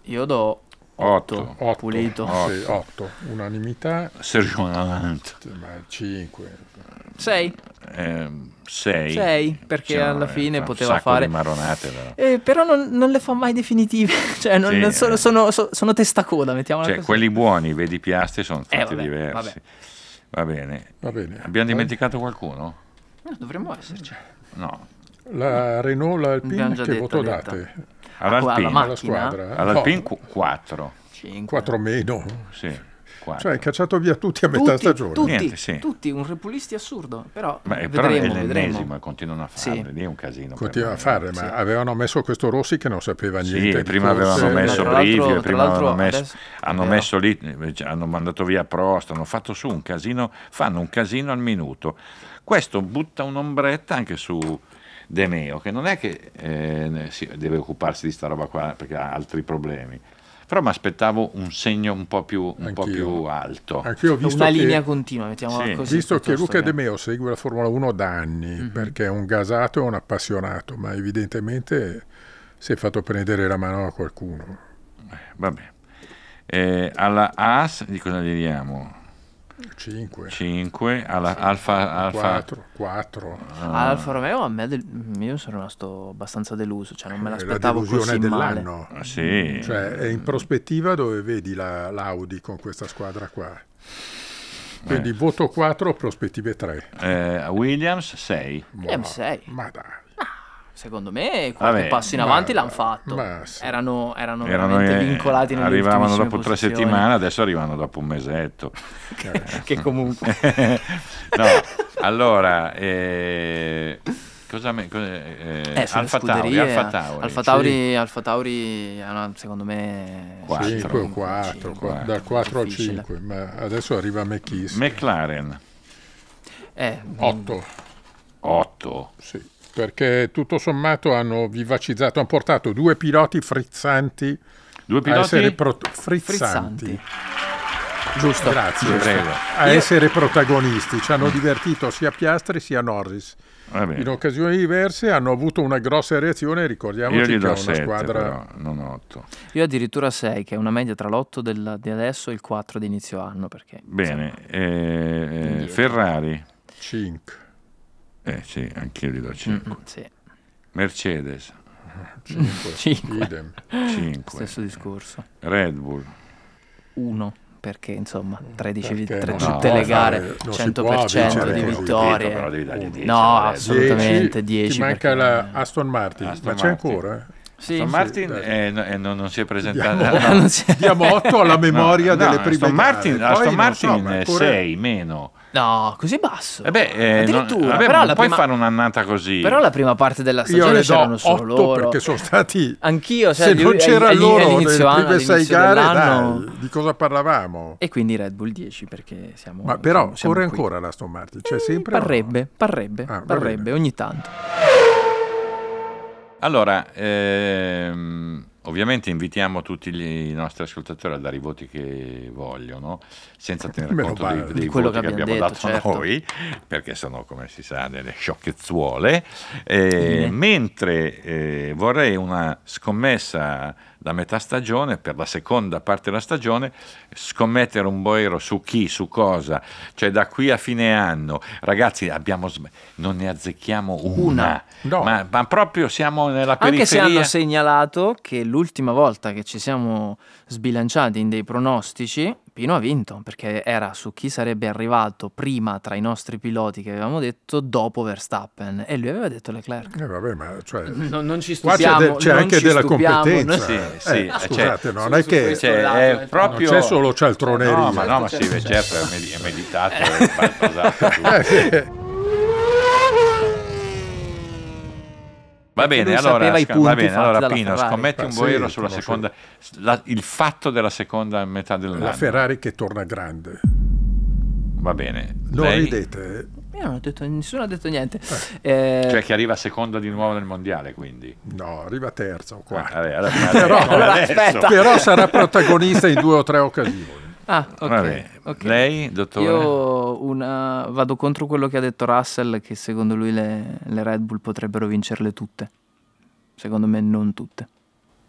S2: Io do 8.
S1: Otto.
S3: Otto.
S2: Pulito.
S1: Otto.
S3: Sì, 8. Unanimità,
S1: Sergio Nant,
S3: 5.
S2: 6.
S1: ehm, 6.
S2: Sei, perché alla fine poteva
S1: un sacco
S2: fare-
S1: Di maronate, però.
S2: Eh, però non, non le fa mai definitive. cioè, non-
S1: Sì,
S2: non sono,
S1: eh.
S2: sono, so- sono testacoda, mettiamola
S1: Cioè,
S2: così.
S1: quelli buoni, vedi piasti, sono stati
S2: Eh, vabbè,
S1: diversi.
S2: vabbè. Eh?
S1: Va bene.
S3: Va bene.
S1: Abbiamo dimenticato qualcuno?
S2: No, Eh, dovremmo esserci.
S1: No.
S3: La Renault, l'Alpine,
S2: Abbiamo già
S3: che
S2: detto,
S3: voto
S2: detta.
S3: date?
S2: Ah, qua, alla
S1: All'Alpine,
S2: macchina.
S3: Alla squadra?
S1: all'Alpine 4.
S2: 5.
S3: 4 meno.
S1: Sì. squadra.
S3: Cioè, hai cacciato via tutti a metà
S2: tutti,
S3: stagione.
S2: Tutti,
S1: Niente, sì.
S2: tutti, un repulisti assurdo, però
S1: Beh, eh, però è
S2: vedremo,
S1: l'ennesima,
S2: vedremo.
S1: continuano a farle,
S2: Sì.
S1: lì è un casino.
S3: Continua a
S1: per me.
S3: fare, ma avevano messo questo Rossi che non sapeva
S1: Sì,
S3: niente. di
S1: prima avevano
S3: corse.
S1: messo
S2: Tra l'altro-
S1: Brivio,
S2: tra
S1: prima
S2: l'altro
S1: avevano messo,
S2: adesso-
S1: hanno
S2: vero.
S1: messo lì, eh, cioè, hanno mandato via Prost, hanno fatto su un casino, fanno un casino al minuto. Questo butta un'ombretta anche su De Meo, che non è che eh, ne- si- deve occuparsi di sta roba qua perché ha altri problemi. Però mi aspettavo un segno un po' più, un po'
S3: Anch'io. Ecco.
S1: più alto.
S3: Anch'io ho visto
S2: Una
S3: che-
S2: linea continua, mettiamola
S1: Sì.
S2: così.
S3: Visto che
S2: piuttosto Mhm.
S3: Luca De Meo segue la Formula 1 da anni, perché è un gasato e un appassionato, ma evidentemente si è fatto prendere la mano a qualcuno.
S1: Vabbè. Eh, alla AS di cosa gli diamo?
S3: 5,
S1: 5, alla Alfa, Alfa
S3: 4, 4.
S1: Ah.
S2: Alfa Romeo a me del- io sono rimasto abbastanza deluso, cioè
S1: Eh,
S2: non me l'aspettavo
S3: la
S2: così
S3: delusione
S2: male. Eh, mm.
S3: dell'anno.
S1: Sì,
S3: Cioè, è in prospettiva dove vedi la- l'Audi con questa squadra qua.
S2: Eh.
S3: Quindi voto 4, prospettive 3.
S1: eh, Williams 6.
S2: Eh, ma sei.
S3: Ma dai.
S2: Secondo me qualche
S1: Vabbè,
S2: passo in avanti
S3: ma-
S2: l'hanno fatto.
S3: ma sì.
S2: Erano, erano
S1: Erano,
S2: veramente
S1: eh,
S2: vincolati nelle
S1: Arrivavano
S2: ultimissime
S1: dopo tre
S2: posizioni.
S1: settimane, adesso arrivano dopo un mesetto.
S2: che comunque
S1: Eh, no, allora, eh, cosa me, cosa- eh,
S2: eh, sulle
S1: Alfa Tauri,
S2: scuderie,
S1: Alfa Tauri.
S2: Alfa Tauri, Alfa Tauri, eh, no, secondo me
S1: Quattro.
S2: sì,
S3: 5, 4,
S2: cinque,
S3: da 4 al
S2: difficile.
S3: 5, ma adesso arriva McKiss.
S1: McLaren
S2: Eh,
S3: 8,
S1: 8.
S3: sì, perché tutto sommato hanno vivacizzato, hanno portato due piloti frizzanti
S1: Due
S3: a Ah, essere
S1: piloti?
S3: pro- frizzanti.
S2: mm, frizzanti. Giusto.
S3: Grazie.
S1: Prego.
S3: A essere protagonisti, ci hanno divertito sia Piastri sia Norris.
S1: Va bene.
S3: In occasioni diverse hanno avuto una grossa reazione, ricordiamoci
S1: Io
S3: che
S1: gli
S3: è
S1: do
S3: una
S1: 7,
S3: squadra
S1: però, non 8.
S2: Io addirittura 6, che è una media tra l'8 di adesso e il 4 di inizio anno, perché
S1: Bene, eh, eh,
S2: Indietro.
S1: Ferrari,
S3: 5.
S1: eh sì, anch'io gli do 5.
S2: insomma, Mm, sì,
S1: Mercedes,
S2: 5,
S3: Idem.
S1: 5.
S2: stesso discorso.
S1: Red Bull,
S2: 1 perché insomma 13 vit-
S3: Mm, Perché
S2: tre-
S3: non
S1: si
S2: tutte
S1: può
S2: le gare
S3: fare- non si può
S2: 100% di
S3: vincere così.
S1: Ho capito, però
S2: vittorie
S1: devi dargli 10
S2: no
S1: adesso.
S2: assolutamente 10
S3: Ti manca
S2: perché-
S3: la Aston Martin,
S1: Aston
S3: ma c'è
S1: Martin.
S3: ancora? eh?
S2: sì,
S1: Aston
S2: sì.
S1: Martin
S3: dai.
S1: eh, no- eh, non, non si è presentato.
S2: Ah, non si-
S3: Diamo 8 alla memoria
S1: No, no,
S3: delle prime
S1: Aston Martin,
S3: gare. Poi
S1: Aston
S3: non so,
S1: Martin
S3: ma
S1: eh,
S3: ancora-
S1: 6 meno.
S2: no così basso
S1: Eh beh, eh, non-
S2: addirittura
S1: vabbè,
S2: però,
S1: non
S2: la
S1: puoi
S2: prima,
S1: fare un'annata così.
S2: però la prima parte della
S3: Io
S2: stagione
S3: le
S2: c'erano
S3: do
S2: solo
S3: 8
S2: loro
S3: perché sono stati
S2: anch'io cioè,
S3: se
S2: agli-
S3: non c'era
S2: agli-
S3: loro nelle
S2: all'inizio anno-
S3: prime 6
S2: all'inizio
S3: gare,
S2: dell'anno.
S3: dai, di cosa parlavamo?
S2: e quindi Red Bull 10 perché siamo
S3: Ma però
S2: siamo- siamo
S3: corre
S2: qui. Eh,
S3: ancora l'Aston Martin, c'è sempre
S2: parrebbe parrebbe
S3: Ah, va
S2: parrebbe
S3: bene.
S2: ogni tanto
S1: Allora, ehm, ovviamente invitiamo tutti gli- i nostri ascoltatori a dare i voti che vogliono, senza tener
S3: Meno
S1: conto
S3: male.
S1: dei,
S3: Di
S1: dei
S2: quello
S1: voti che,
S2: che
S1: abbiamo
S2: abbiamo
S1: dato
S2: detto, certo.
S1: noi, perché sono, come si sa, delle sciocchezzuole. Eh,
S2: Fine.
S1: mentre eh, vorrei una scommessa da metà stagione, per la seconda parte della stagione, scommettere un boero su chi, su cosa, cioè da qui a fine anno. Ragazzi, abbiamo sm- non ne azzecchiamo una,
S3: No.
S1: ma, ma proprio siamo nella periferia.
S2: Anche se hanno segnalato che l'ultima volta che ci siamo sbilanciati in dei pronostici, Pino ha vinto perché era su chi sarebbe arrivato prima tra i nostri piloti che avevamo detto dopo Verstappen e lui aveva detto Leclerc.
S3: loro. Eh, vabbè, ma cioè,
S2: Non, non Mm, ci
S3: Qua c'è,
S2: stupiamo,
S3: del- c'è
S2: non
S3: anche
S2: ci
S3: della
S2: stupiamo,
S3: competenza.
S2: non-
S1: Sì,
S3: Eh,
S1: sì,
S3: scusate,
S1: cioè,
S3: no, non è che
S1: Cioè,
S2: eh.
S1: è
S3: non
S1: proprio...
S3: c'è solo cialtroneria.
S1: No, ma no, ma
S2: Cioè,
S1: sì, beh, certo, è med- è meditato,
S2: Eh.
S1: è basato su-
S3: Eh,
S1: Va
S2: Perché
S1: bene,
S2: lui
S1: allora,
S2: sapeva i
S1: sc-
S2: punti
S1: va bene,
S2: fatti
S1: allora
S2: dalla
S1: Pino,
S2: Ferrari.
S1: scommetti un
S3: Sì,
S1: boero sulla
S3: conoscevo.
S1: seconda, la- il fatto della seconda metà dell'anno.
S3: la Ferrari che torna grande.
S1: Va bene.
S3: Non
S1: Lei,
S3: ridete, eh?
S2: Io non ho detto, nessuno ha detto niente. Eh,
S1: Cioè che arriva seconda di nuovo nel mondiale, quindi.
S3: no, arriva terza o quarta.
S1: Vabbè, allora, vabbè,
S3: Però-
S1: allora adesso.
S2: aspetta.
S3: Però sarà protagonista in due o tre occasioni.
S2: ah, ok,
S1: Vabbè.
S2: ok.
S1: Lei, dottore?
S2: Io una- vado contro quello che ha detto Russell, che secondo lui le, le Red Bull potrebbero vincerle tutte. Secondo me non tutte.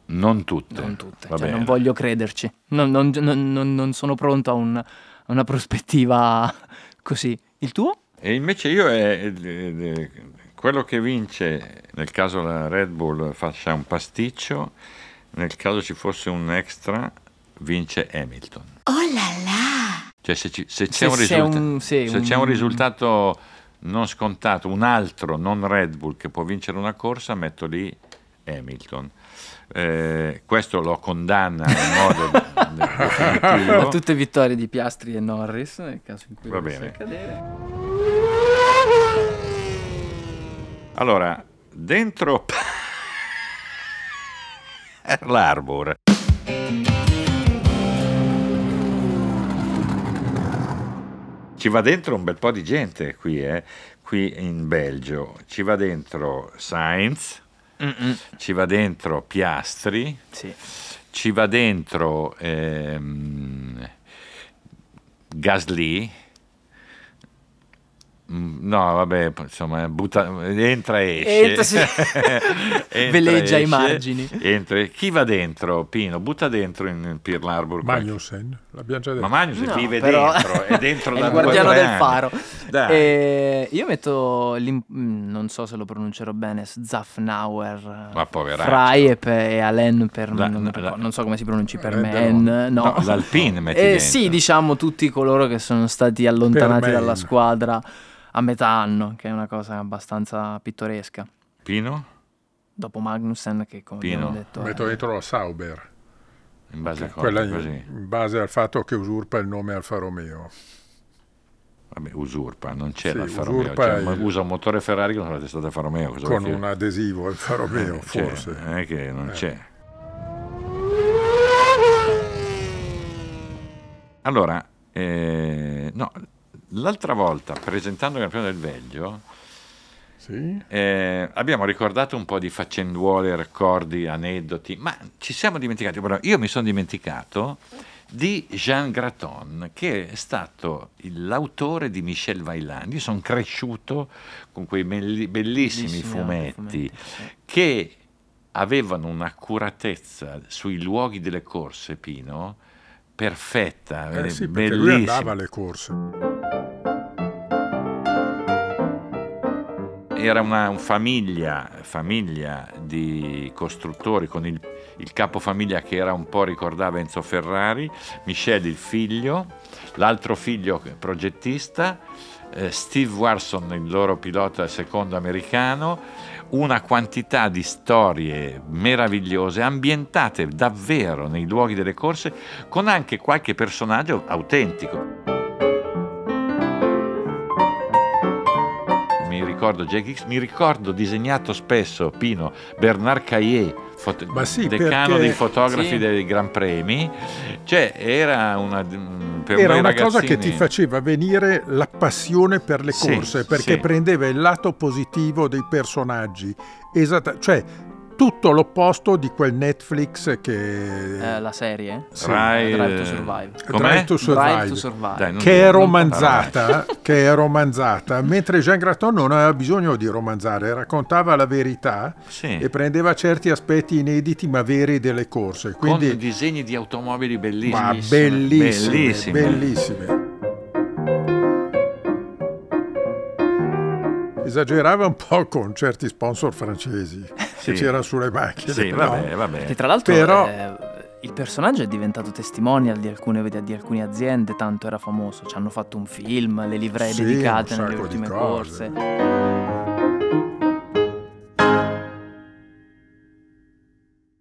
S1: Non tutte.
S2: Non tutte.
S1: Va
S2: Cioè,
S1: bene.
S2: non voglio crederci. Non, non- non- non- non sono pronto a, un- a una prospettiva così. Il tuo?
S1: E invece io è, è- è- quello che vince, nel caso la Red Bull faccia un pasticcio, nel caso ci fosse un extra, vince Hamilton. Oh là là! Cioè se, ci- se c'è,
S2: Se
S1: un,
S2: c'è
S1: risulta-
S2: un- sì,
S1: se c'è un
S2: un-
S1: risultato non scontato, un altro non Red Bull che può vincere una corsa, metto lì Hamilton. Eh, questo lo condanna in modo definitivo.
S5: A tutte vittorie di Piastri e Norris, nel caso in cui
S1: Va
S5: dovesse
S1: bene.
S5: accadere.
S1: Allora, dentro Pearl Harbor. Ci va dentro un bel po' di gente qui, eh, qui in Belgio. Ci va dentro Sainz, ci va dentro Piastri,
S2: Sì.
S1: ci va dentro ehm, Gasly. Mm, No, vabbè, p- insomma, butta- entra e esce.
S2: Entra, sì.
S1: Entra,
S2: Veleggia ai
S1: esce,
S2: margini.
S1: entra e- Chi va dentro, Pino? Butta dentro in in Pearl Harbor. qua.
S3: Magnussen, l'abbiamo già
S1: Ma
S3: detto.
S1: Magnus
S2: No,
S1: vive
S2: però-
S1: dentro, è dentro
S2: È
S1: da
S2: il
S1: due,
S2: guardiano
S1: tre
S2: del
S1: anni.
S2: faro.
S1: Dai.
S2: Eh, io metto, l'im- mm, non so se lo pronuncerò bene, Zafnauer,
S1: Ma poveraccio.
S2: Fraep e Alain per
S1: La-
S2: non,
S1: la-
S2: mi ricordo, non so come si pronunci
S3: Eh,
S2: per me,
S3: Alain
S2: no.
S1: No, l'Alpine metti
S2: Eh,
S1: dentro.
S2: sì, diciamo tutti coloro che sono stati allontanati
S3: Permain.
S2: dalla squadra a metà anno, che è una cosa abbastanza pittoresca.
S1: Pino,
S2: Dopo Magnussen che come
S1: Pino.
S2: abbiamo detto...
S3: Metto
S2: è-
S3: dentro la Sauber,
S1: in base a cosa?
S3: quella in,
S1: Così.
S3: in base al fatto che usurpa il nome Alfa Romeo.
S1: Vabbè, usurpa, non c'è
S3: Sì,
S1: l'Alfa Romeo.
S3: usurpa
S1: Cioè,
S3: il-
S1: ma usa un motore Ferrari con la testata Alfa Romeo. cosa
S3: con
S1: vuol dire?
S3: un adesivo Alfa Romeo,
S1: Cioè,
S3: forse.
S1: non è che non
S3: Eh.
S1: c'è. Allora, eh, no, l'altra volta presentando il campione del Belgio
S3: Sì?
S1: eh, abbiamo ricordato un po' di faccenduole, ricordi, aneddoti, ma ci siamo dimenticati. però io mi sono dimenticato di Jean Graton, che è stato il- l'autore di Michel Vaillant. Io sono cresciuto con quei belli- bellissimi,
S2: Bellissimi
S1: fumetti,
S2: fumetti, sì.
S1: che avevano un'accuratezza sui luoghi delle corse, Pino, perfetta,
S3: Eh sì, perché lui
S1: bellissima.
S3: andava alle corse.
S1: Era una un famiglia, famiglia di costruttori con il, il capofamiglia che era un po' ricordava Enzo Ferrari, Michel il figlio, l'altro figlio che- progettista, eh, Steve Warson il loro pilota secondo americano, una quantità di storie meravigliose ambientate davvero nei luoghi delle corse con anche qualche personaggio autentico. mi ricordo Jack Hicks, mi ricordo disegnato spesso Pino Bernard Caillé, foto-
S3: Ma sì,
S1: decano
S3: perché-
S1: dei fotografi
S5: sì.
S1: dei Gran Premi, cioè era una mm, per
S3: Era
S1: noi
S3: una cosa che
S1: ragazzini-
S3: ti faceva venire la passione per le
S1: Sì,
S3: corse, perché
S1: sì.
S3: prendeva il lato positivo dei personaggi, Esatta- cioè tutto l'opposto di quel Netflix che,
S2: eh, la serie?
S3: Sì.
S1: Rai-
S2: Drive to Survive.
S1: Com'è?
S3: Drive to Survive.
S2: Drive to Survive.
S1: Dai, non-
S3: che è
S1: non-
S3: romanzata, eh? che è romanzata, mentre Jean Graton non aveva bisogno di romanzare, raccontava la verità
S1: Sì.
S3: e prendeva certi aspetti inediti ma veri delle corse. Quindi,
S1: con disegni di automobili bellissimi.
S3: ma bellissime,
S1: Bellissime.
S3: bellissime. Esagerava un po' con certi sponsor francesi
S1: Sì.
S3: che c'erano sulle macchine.
S1: Sì,
S3: però-
S1: vabbè, vabbè.
S2: Che tra l'altro
S3: Però-
S2: eh, il personaggio è diventato testimonial di alcune, di alcune aziende, tanto era famoso. Ci hanno fatto un film, le livree
S3: Sì,
S2: dedicate
S3: un
S2: nelle
S3: sacco di
S2: ultime
S3: cose.
S2: corse.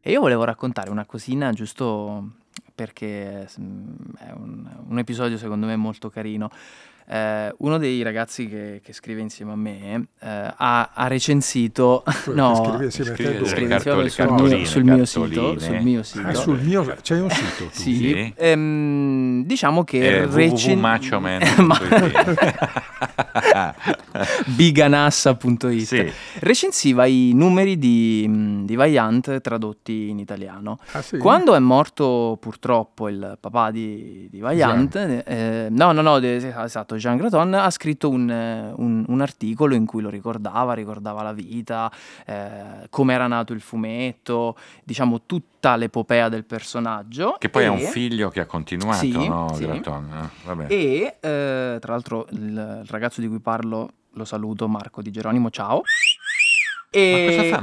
S2: E io volevo raccontare una cosina giusto perché mm, è un, un episodio secondo me molto carino. Eh, uno dei ragazzi che, che scrive insieme a me eh, ha, ha recensito...
S3: Quello che
S2: no,
S3: scrivi insieme a te
S1: scrivi-
S3: dove?
S1: scrivi-
S2: Scrive insieme a me sul
S3: cartoline,
S2: mio, sul mio
S1: cartoline.
S2: sito, sul mio sito.
S3: Ah, sul mio c'è un sito tu?
S2: Sì,
S1: Sì.
S2: ehm, diciamo che
S1: Eh,
S2: recen- Ma- biganassa.it
S1: Sì.
S2: recensiva i numeri di, mh, di Vaiant tradotti in italiano.
S3: Ah, sì?
S2: Quando è morto purtroppo il papà di, di Vaillant, eh, no, no, no, de- esatto, Jean Graton ha scritto un, eh, un- un articolo in cui lo ricordava, ricordava la vita, eh, come era nato il fumetto, diciamo tutta l'epopea del personaggio.
S1: che poi
S2: E-
S1: ha un figlio che ha continuato,
S2: Sì,
S1: no,
S2: sì.
S1: Graton? Eh, Vabbè.
S2: E eh, tra l'altro il il ragazzo di cui parlo lo saluto, Marco Di Geronimo, ciao. E...
S1: Ma cosa fa?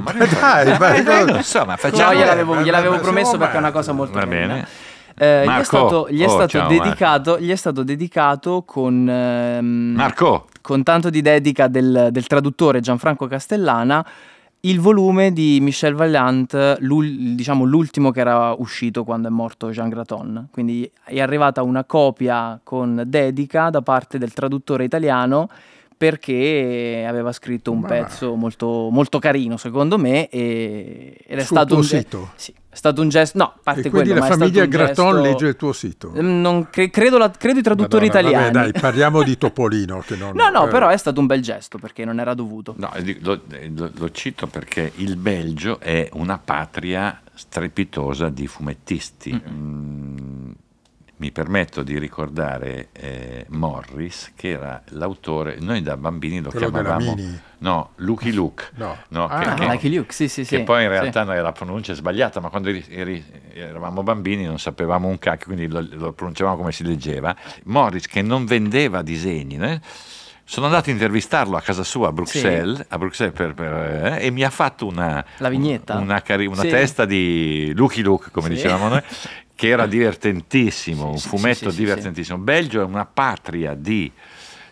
S1: Ma
S3: Ma dai, vai,
S1: Eh,
S3: vai.
S1: non so, ma
S2: No,
S1: facciamo...
S3: Ciao,
S2: gliel'avevo,
S3: ma-
S2: gliel'avevo
S3: ma- ma
S2: promesso
S3: siamo
S2: perché è una
S3: Marco.
S2: cosa molto
S1: Va
S2: carina.
S1: bene.
S2: Eh, gli,
S1: Marco.
S2: è stato, gli è
S1: Oh,
S2: stato
S1: ciao, Marco.
S2: dedicato, gli è stato dedicato con, ehm,
S1: Marco,
S2: con tanto di dedica del, del traduttore Gianfranco Castellana il volume di Michel Vallant, l'ul- diciamo l'ultimo che era uscito quando è morto Jean Graton. Quindi è arrivata una copia con dedica da parte del traduttore italiano perché aveva scritto un
S3: Ma-
S2: pezzo molto, molto carino secondo me e- ed è
S3: Sul
S2: stato
S3: tuo
S2: un ge-
S3: sito?
S2: sì, è stato un gesto no a parte
S3: E quindi
S2: quello,
S3: la
S2: ma è stato
S3: famiglia
S2: un
S3: Graton
S2: gesto-
S3: legge il tuo sito.
S2: Mm, non cre- credo, la- credo i traduttori
S3: Madonna,
S2: italiani
S3: Vabbè, dai, parliamo di Topolino. Che non,
S2: no no
S3: eh,
S2: però è stato un bel gesto perché non era dovuto
S1: No, eh, lo, eh, lo- lo cito perché il Belgio è una patria strepitosa di fumettisti. Mm, mi permetto di ricordare eh, Morris, che era l'autore, noi da bambini lo
S3: Quello della
S1: chiamavamo...
S3: Mini?
S1: No, Lucky Luke.
S3: No.
S1: No,
S3: Ah,
S1: che-
S2: ah,
S1: che-
S2: Lucky Luke sì sì sì
S1: che poi in
S2: sì.
S1: realtà era la pronuncia sbagliata, ma quando eri- eri- eravamo bambini non sapevamo un cacchio, quindi lo, lo pronunciavamo come si leggeva. Morris, che non vendeva disegni, né? sono andato a intervistarlo a casa sua a Bruxelles, a Bruxelles per- per- eh, e mi ha fatto una,
S2: La vignetta?
S1: una, cari- una
S2: Sì.
S1: testa di Lucky Luke, come
S2: Sì.
S1: dicevamo noi, che era divertentissimo,
S2: Sì,
S1: un
S2: sì,
S1: fumetto
S2: sì, sì, sì,
S1: divertentissimo. Belgio è una patria di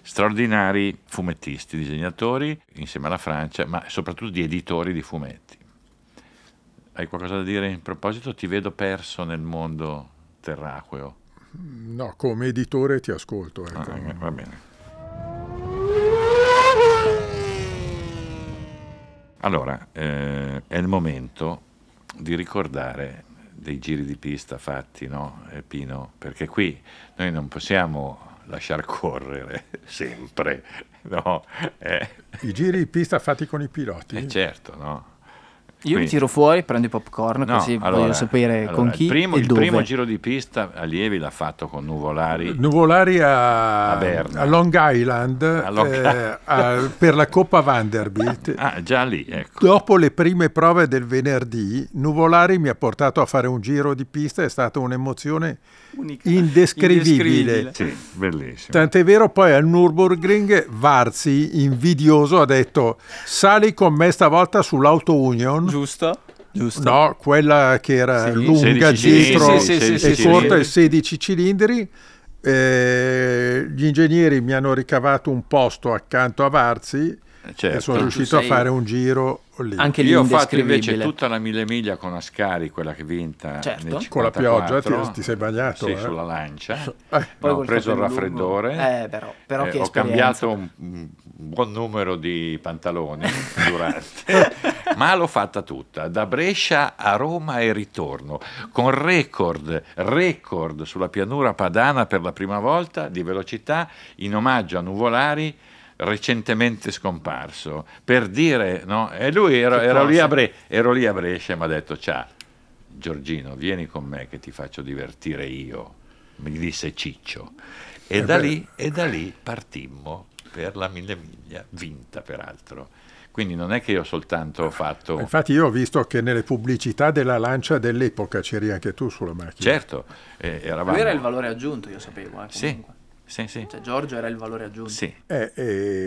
S1: straordinari fumettisti, disegnatori, insieme alla Francia, ma soprattutto di editori di fumetti. Hai qualcosa da dire in proposito? Ti vedo perso nel mondo terraqueo.
S3: No, come editore ti ascolto. ecco.
S1: Ah, va bene. Allora, eh, è il momento di ricordare dei giri di pista fatti, no, eh, Pino? Perché qui noi non possiamo lasciar correre sempre, no? Eh,
S3: I giri di pista fatti con i piloti.
S1: eh, certo, no?
S2: Io mi
S1: Quindi-
S2: tiro fuori, prendo i popcorn,
S1: No,
S2: così
S1: allora-
S2: voglio sapere
S1: allora,
S2: con chi
S1: il primo,
S2: e
S1: il
S2: dove.
S1: primo giro di pista Allievi l'ha fatto con Nuvolari
S3: Nuvolari a,
S1: A Berna.
S3: a Long Island
S1: A Long-
S3: eh, a- per la Coppa Vanderbilt.
S1: ah già lì ecco
S3: Dopo le prime prove del venerdì, Nuvolari mi ha portato a fare un giro di pista, è stata un'emozione
S2: Unica.
S3: indescrivibile.
S2: Indescrivibile.
S1: sì, bellissimo
S3: Tant'è vero poi al Nürburgring Varzi, invidioso, ha detto sali con me stavolta sull'Auto Union.
S2: Giusto? Giusto.
S3: No, quella che era
S2: Sì.
S3: lunga
S1: 16
S3: dietro
S2: cilindri, sì, sì,
S3: e
S2: sì, sì,
S3: corta
S2: sì.
S3: e 16 cilindri. Eh, gli ingegneri mi hanno ricavato un posto accanto a Varzi
S1: Certo.
S3: e sono
S2: Tu
S3: riuscito a
S2: sei-
S3: fare un giro lì.
S2: Anche lì
S1: Io ho fatto
S2: indescrivibile.
S1: invece tutta la mille miglia con Ascari, quella che è vinta
S2: Certo.
S1: nel
S3: Con la pioggia,
S1: 54.
S3: ti- ti sei bagnato,
S1: Sì,
S3: eh.
S1: sulla lancia.
S3: Eh,
S1: No, ho
S2: col
S1: preso il
S2: capello lungo.
S1: raffreddore.
S2: Eh, però, però
S1: Eh,
S2: che
S1: ho
S2: esperienza.
S1: cambiato un, un buon numero di pantaloni durante, ma l'ho fatta tutta, da Brescia a Roma e ritorno, con record, record sulla pianura padana per la prima volta di velocità in omaggio a Nuvolari recentemente scomparso per dire no e lui ero,
S2: Che
S1: ero lì,
S2: cosa?
S1: a Bre- ero lì a Brescia e mi ha detto ciao Giorgino vieni con me che ti faccio divertire io mi disse Ciccio e, da,
S3: beh.
S1: lì, e da lì partimmo per la mille miglia vinta peraltro quindi non è che io soltanto ho fatto
S3: eh, Infatti io ho visto che nelle pubblicità della lancia dell'epoca c'eri anche tu sulla macchina.
S1: certo eh, eravamo
S2: Lui era il valore aggiunto, io sapevo. Eh,
S1: sì,
S2: comunque.
S1: sì sì
S2: Cioè, Giorgio era il valore aggiunto.
S1: sì
S3: Eh,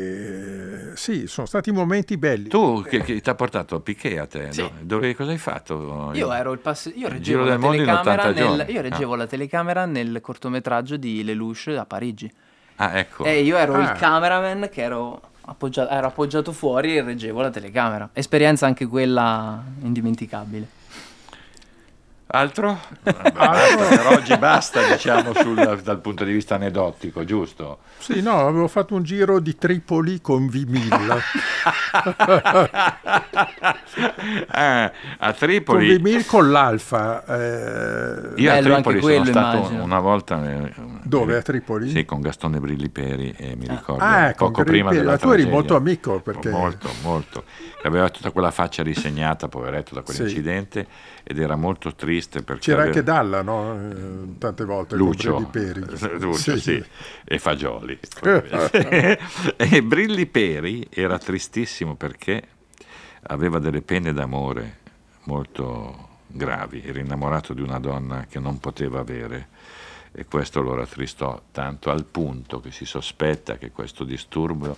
S3: eh, sì, sono stati momenti belli.
S1: tu che, che ti ha portato a Piquet a te
S2: Sì.
S1: do- dove, cosa hai fatto
S2: Io ero il pass- io
S1: Il
S2: reggevo,
S1: Giro
S2: la
S1: del Mondo in
S2: telecamera,
S1: 80
S2: nel-
S1: giorni. Ah.
S2: io reggevo la telecamera nel cortometraggio di Lelouch a Parigi.
S1: ah ecco
S2: E Eh, io ero
S3: Ah.
S2: il cameraman che ero appoggia- ero appoggiato fuori e reggevo la telecamera. Esperienza anche quella indimenticabile.
S1: Altro? Basta, per oggi basta, diciamo, sul- dal punto di vista aneddotico, giusto?
S3: Sì, no, avevo fatto un giro di Tripoli con V1000.
S1: Ah, a
S3: con
S1: Tripoli,
S3: V1000 con l'Alfa. eh,
S1: io a
S2: Bello anche
S1: Tripoli sono
S2: quello,
S1: stato
S2: immagino.
S1: una volta... eh,
S3: dove?
S1: eh,
S3: A Tripoli?
S1: Sì, con Gastone Brilli Peri e mi ricordo
S3: Ah, ecco,
S1: poco
S3: Grilli
S1: prima
S3: Peri,
S1: della
S3: ma tu eri
S1: tragedia.
S3: molto amico, perché-
S1: Molto, molto. Aveva tutta quella faccia risegnata, poveretto, da quell'incidente ed era molto triste perché...
S3: C'era
S1: aveva-
S3: anche Dalla, no? Eh, Tante volte.
S1: Lucio, Eh,
S3: Con Brady Peri.
S1: Lucio, sì. e Fagioli. e Brilli Peri era tristissimo perché aveva delle pene d'amore molto gravi, era innamorato di una donna che non poteva avere e questo lo rattristò tanto al punto che si sospetta che questo disturbo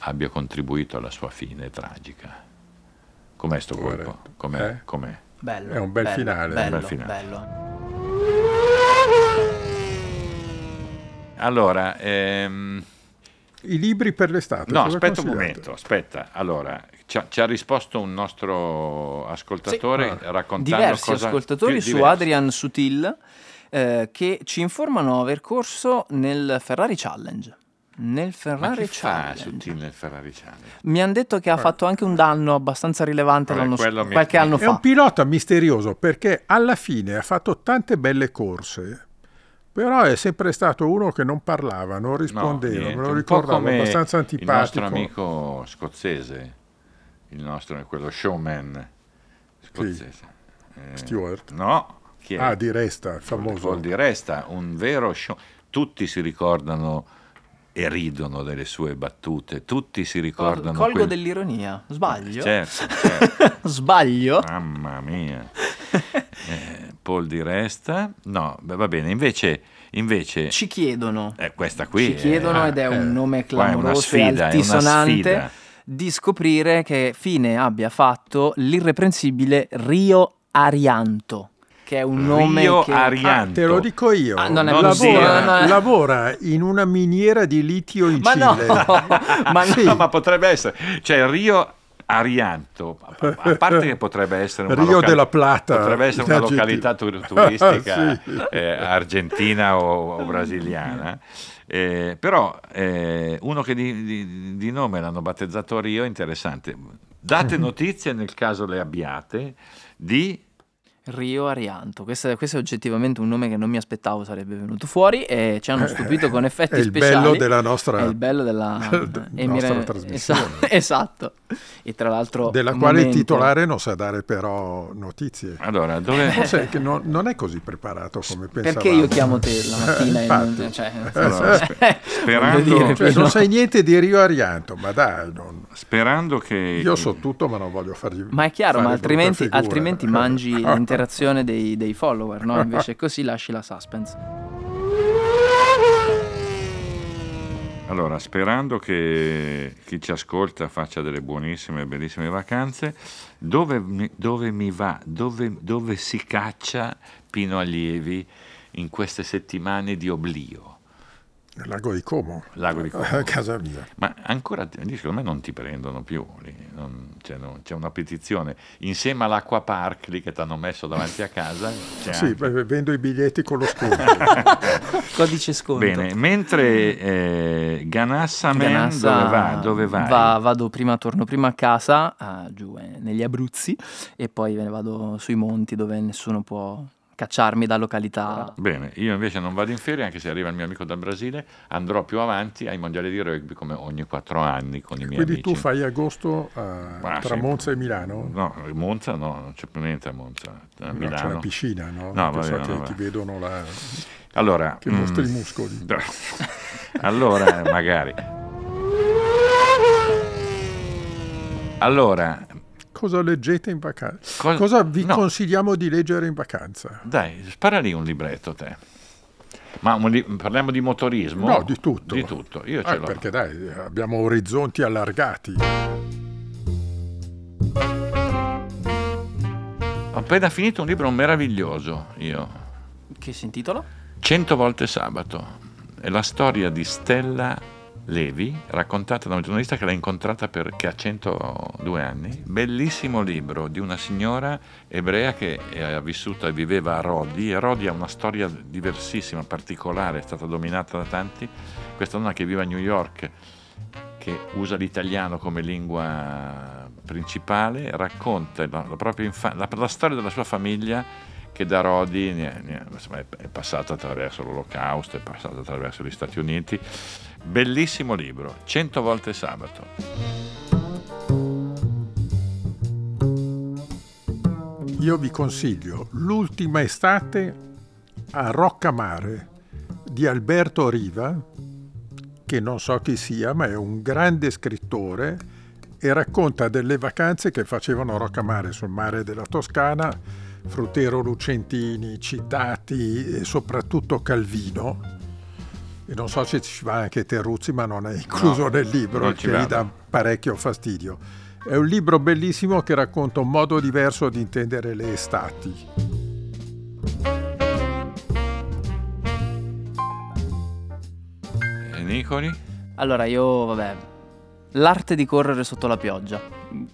S1: abbia contribuito alla sua fine tragica. Com'è sto colpo?
S3: Poveretto.
S1: Com'è?
S3: Eh?
S1: Com'è?
S2: Bello.
S3: È un bel
S2: bello,
S3: finale.
S2: Bello,
S1: Un bel finale.
S2: bello.
S1: Allora, ehm,
S3: I libri per l'estate.
S1: No,
S3: cosa
S1: aspetta un
S3: consigliate?
S1: momento, aspetta. Allora, ci ha, ci ha risposto un nostro ascoltatore raccontando
S2: diversi
S1: cosa...
S2: ascoltatori
S1: più
S2: su
S1: diverso.
S2: Adrian Sutil eh, che ci informano aver corso nel Ferrari Challenge. Nel
S1: Ma
S2: Ferrari
S1: che fa
S2: Challenge.
S1: Sutil nel Ferrari Challenge?
S2: Mi hanno detto che ha fatto anche un danno abbastanza rilevante
S1: Vabbè,
S2: l'anno s-
S1: Eh, quello mi-
S2: qualche anno
S3: È un
S2: fa.
S3: pilota misterioso perché alla fine ha fatto tante belle corse, però è sempre stato uno che non parlava, non
S1: No,
S3: rispondeva,
S1: niente,
S3: me lo
S1: un po'
S3: ricordavo,
S1: come
S3: abbastanza antipatico.
S1: Il nostro amico scozzese, il nostro, quello showman scozzese. Eh,
S3: Stewart.
S1: No, chi è?
S3: Ah, di Resta, il famoso.
S1: Paul di Resta, un vero show. Tutti si ricordano e ridono delle sue battute, tutti si ricordano...
S2: Colgo
S1: quel-
S2: dell'ironia. Sbaglio?
S1: Certo, certo.
S2: Sbaglio?
S1: Mamma mia. Eh, Paul di Resta. No, beh, va bene. Invece, invece
S2: Ci chiedono.
S1: eh, questa qui...
S2: ci chiedono
S1: ah,
S2: ed è
S1: eh,
S2: un nome
S1: qua è una
S2: clamoroso
S1: sfida, è
S2: e
S1: una sfida.
S2: altisonante di scoprire che fine abbia fatto l'irreprensibile Rio Arianto, che è un nome
S1: Rio
S2: che
S1: Arianto.
S3: Te lo dico io.
S2: Ah, non
S1: è possibile,
S3: lavora,
S1: no, eh.
S2: no.
S3: lavora in una miniera di litio in
S2: Ma no,
S3: Cile.
S2: ma no.
S3: Sì.
S1: Ah, No, ma potrebbe essere. Cioè, Rio Arianto, a a parte che potrebbe essere una
S3: Rio
S1: locali-
S3: della Plata,
S1: potrebbe essere una
S3: in Argentina.
S1: località tur- turistica
S3: Sì.
S1: eh, argentina o, o brasiliana. Eh, però eh, uno che di, di- di nome l'hanno battezzato Rio è interessante. Date notizie nel caso le abbiate di
S2: Rio Arianto. Questo, questo è oggettivamente un nome che non mi aspettavo sarebbe venuto fuori e ci hanno stupito con effetti
S3: è il
S2: speciali.
S3: bello della nostra-
S2: È il bello della
S3: della
S2: e mi
S3: nostra
S2: re-
S3: trasmissione.
S2: Esatto, esatto. E tra l'altro
S3: della quale il
S2: momento-
S3: titolare non sa dare però notizie.
S1: allora dove
S3: Forse è che non, non è così preparato come pensavo.
S2: Eh. Perché io chiamo te la mattina?
S3: Eh,
S2: e
S3: infatti.
S2: non- cioè, nel
S1: Allora,
S2: senso-
S1: spe- sperando-
S2: voglio dire,
S3: Cioè,
S2: fino-
S3: non sai niente di Rio Arianto, ma dai, non-
S1: sperando che
S3: io so tutto, ma non voglio fargli.
S2: Ma è chiaro,
S3: fare
S2: ma
S3: brutta
S2: altrimenti,
S3: figura. Ah,
S2: altrimenti mangi l'interazione dei, dei follower, no? Invece così lasci la suspense.
S1: Allora, sperando che chi ci ascolta faccia delle buonissime e bellissime vacanze, dove mi, dove mi va, dove, dove si caccia Pino Allievi in queste settimane di oblio?
S3: Lago di Como,
S1: Lago di Como.
S3: a casa mia.
S1: Ma ancora, lì secondo me non ti prendono più, lì, non- cioè, non- c'è una petizione. Insieme all'acqua park lì che ti hanno messo davanti a casa. c'è
S3: Sì,
S1: anche-
S3: beh, vendo i biglietti con lo sconto.
S2: Codice sconto.
S1: Bene, mentre eh, Ganassa Man
S2: Ganassa-
S1: dove va? Dove vai?
S2: va- vado prima, torno prima a casa, a- giù eh, negli Abruzzi, e poi me ne vado sui monti dove nessuno può cacciarmi da località.
S1: Bene, io invece non vado in ferie, anche se arriva il mio amico dal Brasile, andrò più avanti ai mondiali di rugby come ogni quattro anni con i miei
S3: Quindi
S1: amici.
S3: tu fai agosto a-
S1: Ma
S3: tra
S1: sì.
S3: Monza e Milano?
S1: No, Monza no, non c'è più niente a Monza, a
S3: No, c'è
S1: Milano.
S3: una piscina, no?
S1: No,
S3: Che
S1: vabbè,
S3: so
S1: no,
S3: che
S1: vabbè.
S3: ti vedono la...
S1: allora,
S3: che
S1: mm,
S3: mostri i muscoli.
S1: allora, magari. Allora,
S3: Cosa leggete in vacanza?
S1: Cosa-
S3: Cosa vi
S1: no.
S3: consigliamo di leggere in vacanza?
S1: dai, spara lì un libretto te. Ma un li- parliamo di motorismo?
S3: No, di tutto.
S1: Di tutto, io ce
S3: Ah,
S1: l'ho.
S3: perché dai, abbiamo orizzonti allargati.
S1: Ho appena finito un libro meraviglioso, io.
S2: Che si intitola?
S1: 100 volte sabato è la storia di Stella Levi, raccontata da un giornalista che l'ha incontrata perché ha 102 anni. Bellissimo libro di una signora ebrea che ha vissuto e viveva a Rodi. E Rodi ha una storia diversissima, particolare, è stata dominata da tanti. Questa donna che vive a New York che usa l'italiano come lingua principale, racconta la, la propria infa- la, la storia della sua famiglia che da Rodi ne- ne- insomma, è, è passata attraverso l'Olocausto, è passata attraverso gli Stati Uniti. Bellissimo libro, 100 volte sabato.
S3: Io vi consiglio l'ultima estate a Roccamare di Alberto Riva, che non so chi sia, ma è un grande scrittore e racconta delle vacanze che facevano a Roccamare sul mare della Toscana, Frutero Lucentini, Citati e soprattutto Calvino. E non so se ci va anche Terruzzi, ma non è incluso
S1: No,
S3: nel libro,
S1: non ci
S3: che gli
S1: vado.
S3: dà parecchio fastidio. È un libro bellissimo che racconta un modo diverso di intendere le estati.
S1: E Nicoli?
S2: Allora io, vabbè, l'arte di correre sotto la pioggia.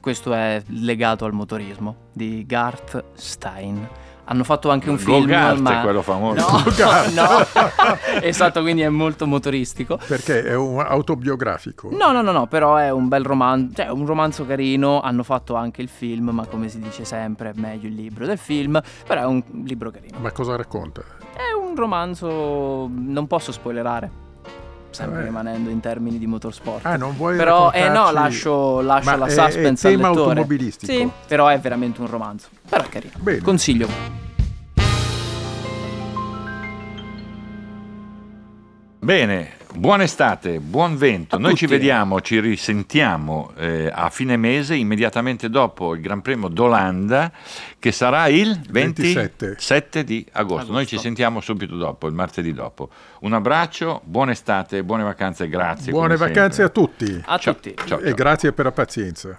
S2: Questo è legato al motorismo di Garth Stein. Hanno fatto anche un film,
S1: Gogart
S2: ma...
S1: è quello famoso.
S2: No, no. esatto, quindi è molto motoristico.
S3: Perché è un autobiografico.
S2: No, no, no, no, però è un bel romanzo, cioè un romanzo carino, hanno fatto anche il film, ma come si dice sempre è meglio il libro del film, però è un libro carino.
S3: Ma cosa racconta?
S2: È un romanzo, non posso spoilerare, sempre
S3: Eh.
S2: rimanendo in termini di motorsport.
S3: Ah, non vuoi
S2: Però, eh no,
S3: raccontarci-
S2: lascio, lascio
S3: Ma
S2: la
S3: è-
S2: suspense
S3: è
S2: al
S3: tema
S2: lettore.
S3: automobilistico.
S2: Sì, però è veramente un romanzo. Però è carino.
S3: Bene.
S2: Consiglio.
S1: Bene, buona estate, buon vento.
S2: A
S1: Noi ci
S2: tutti.
S1: vediamo, ci risentiamo eh, a fine mese, immediatamente dopo il Gran Premio d'Olanda, che sarà il
S3: 27.
S1: 27 di agosto. Noi
S2: Agosto.
S1: ci sentiamo subito dopo, il martedì dopo. Un abbraccio, buona estate, buone vacanze, grazie.
S3: Buone
S1: come
S3: vacanze a
S1: sempre.
S3: tutti
S2: A
S1: Ciao,
S2: tutti.
S1: ciao,
S3: e
S1: ciao.
S3: grazie per la pazienza.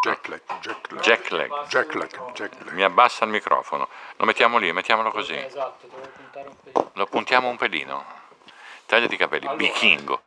S3: Jack leg, jack leg,
S1: Jack leg.
S3: jack leg, jack leg.
S1: Mi abbassa il microfono. Lo mettiamo lì, mettiamolo così.
S4: Esatto, devo puntare un po'.
S1: Lo puntiamo un pelino. Tagliati i capelli, bichingo.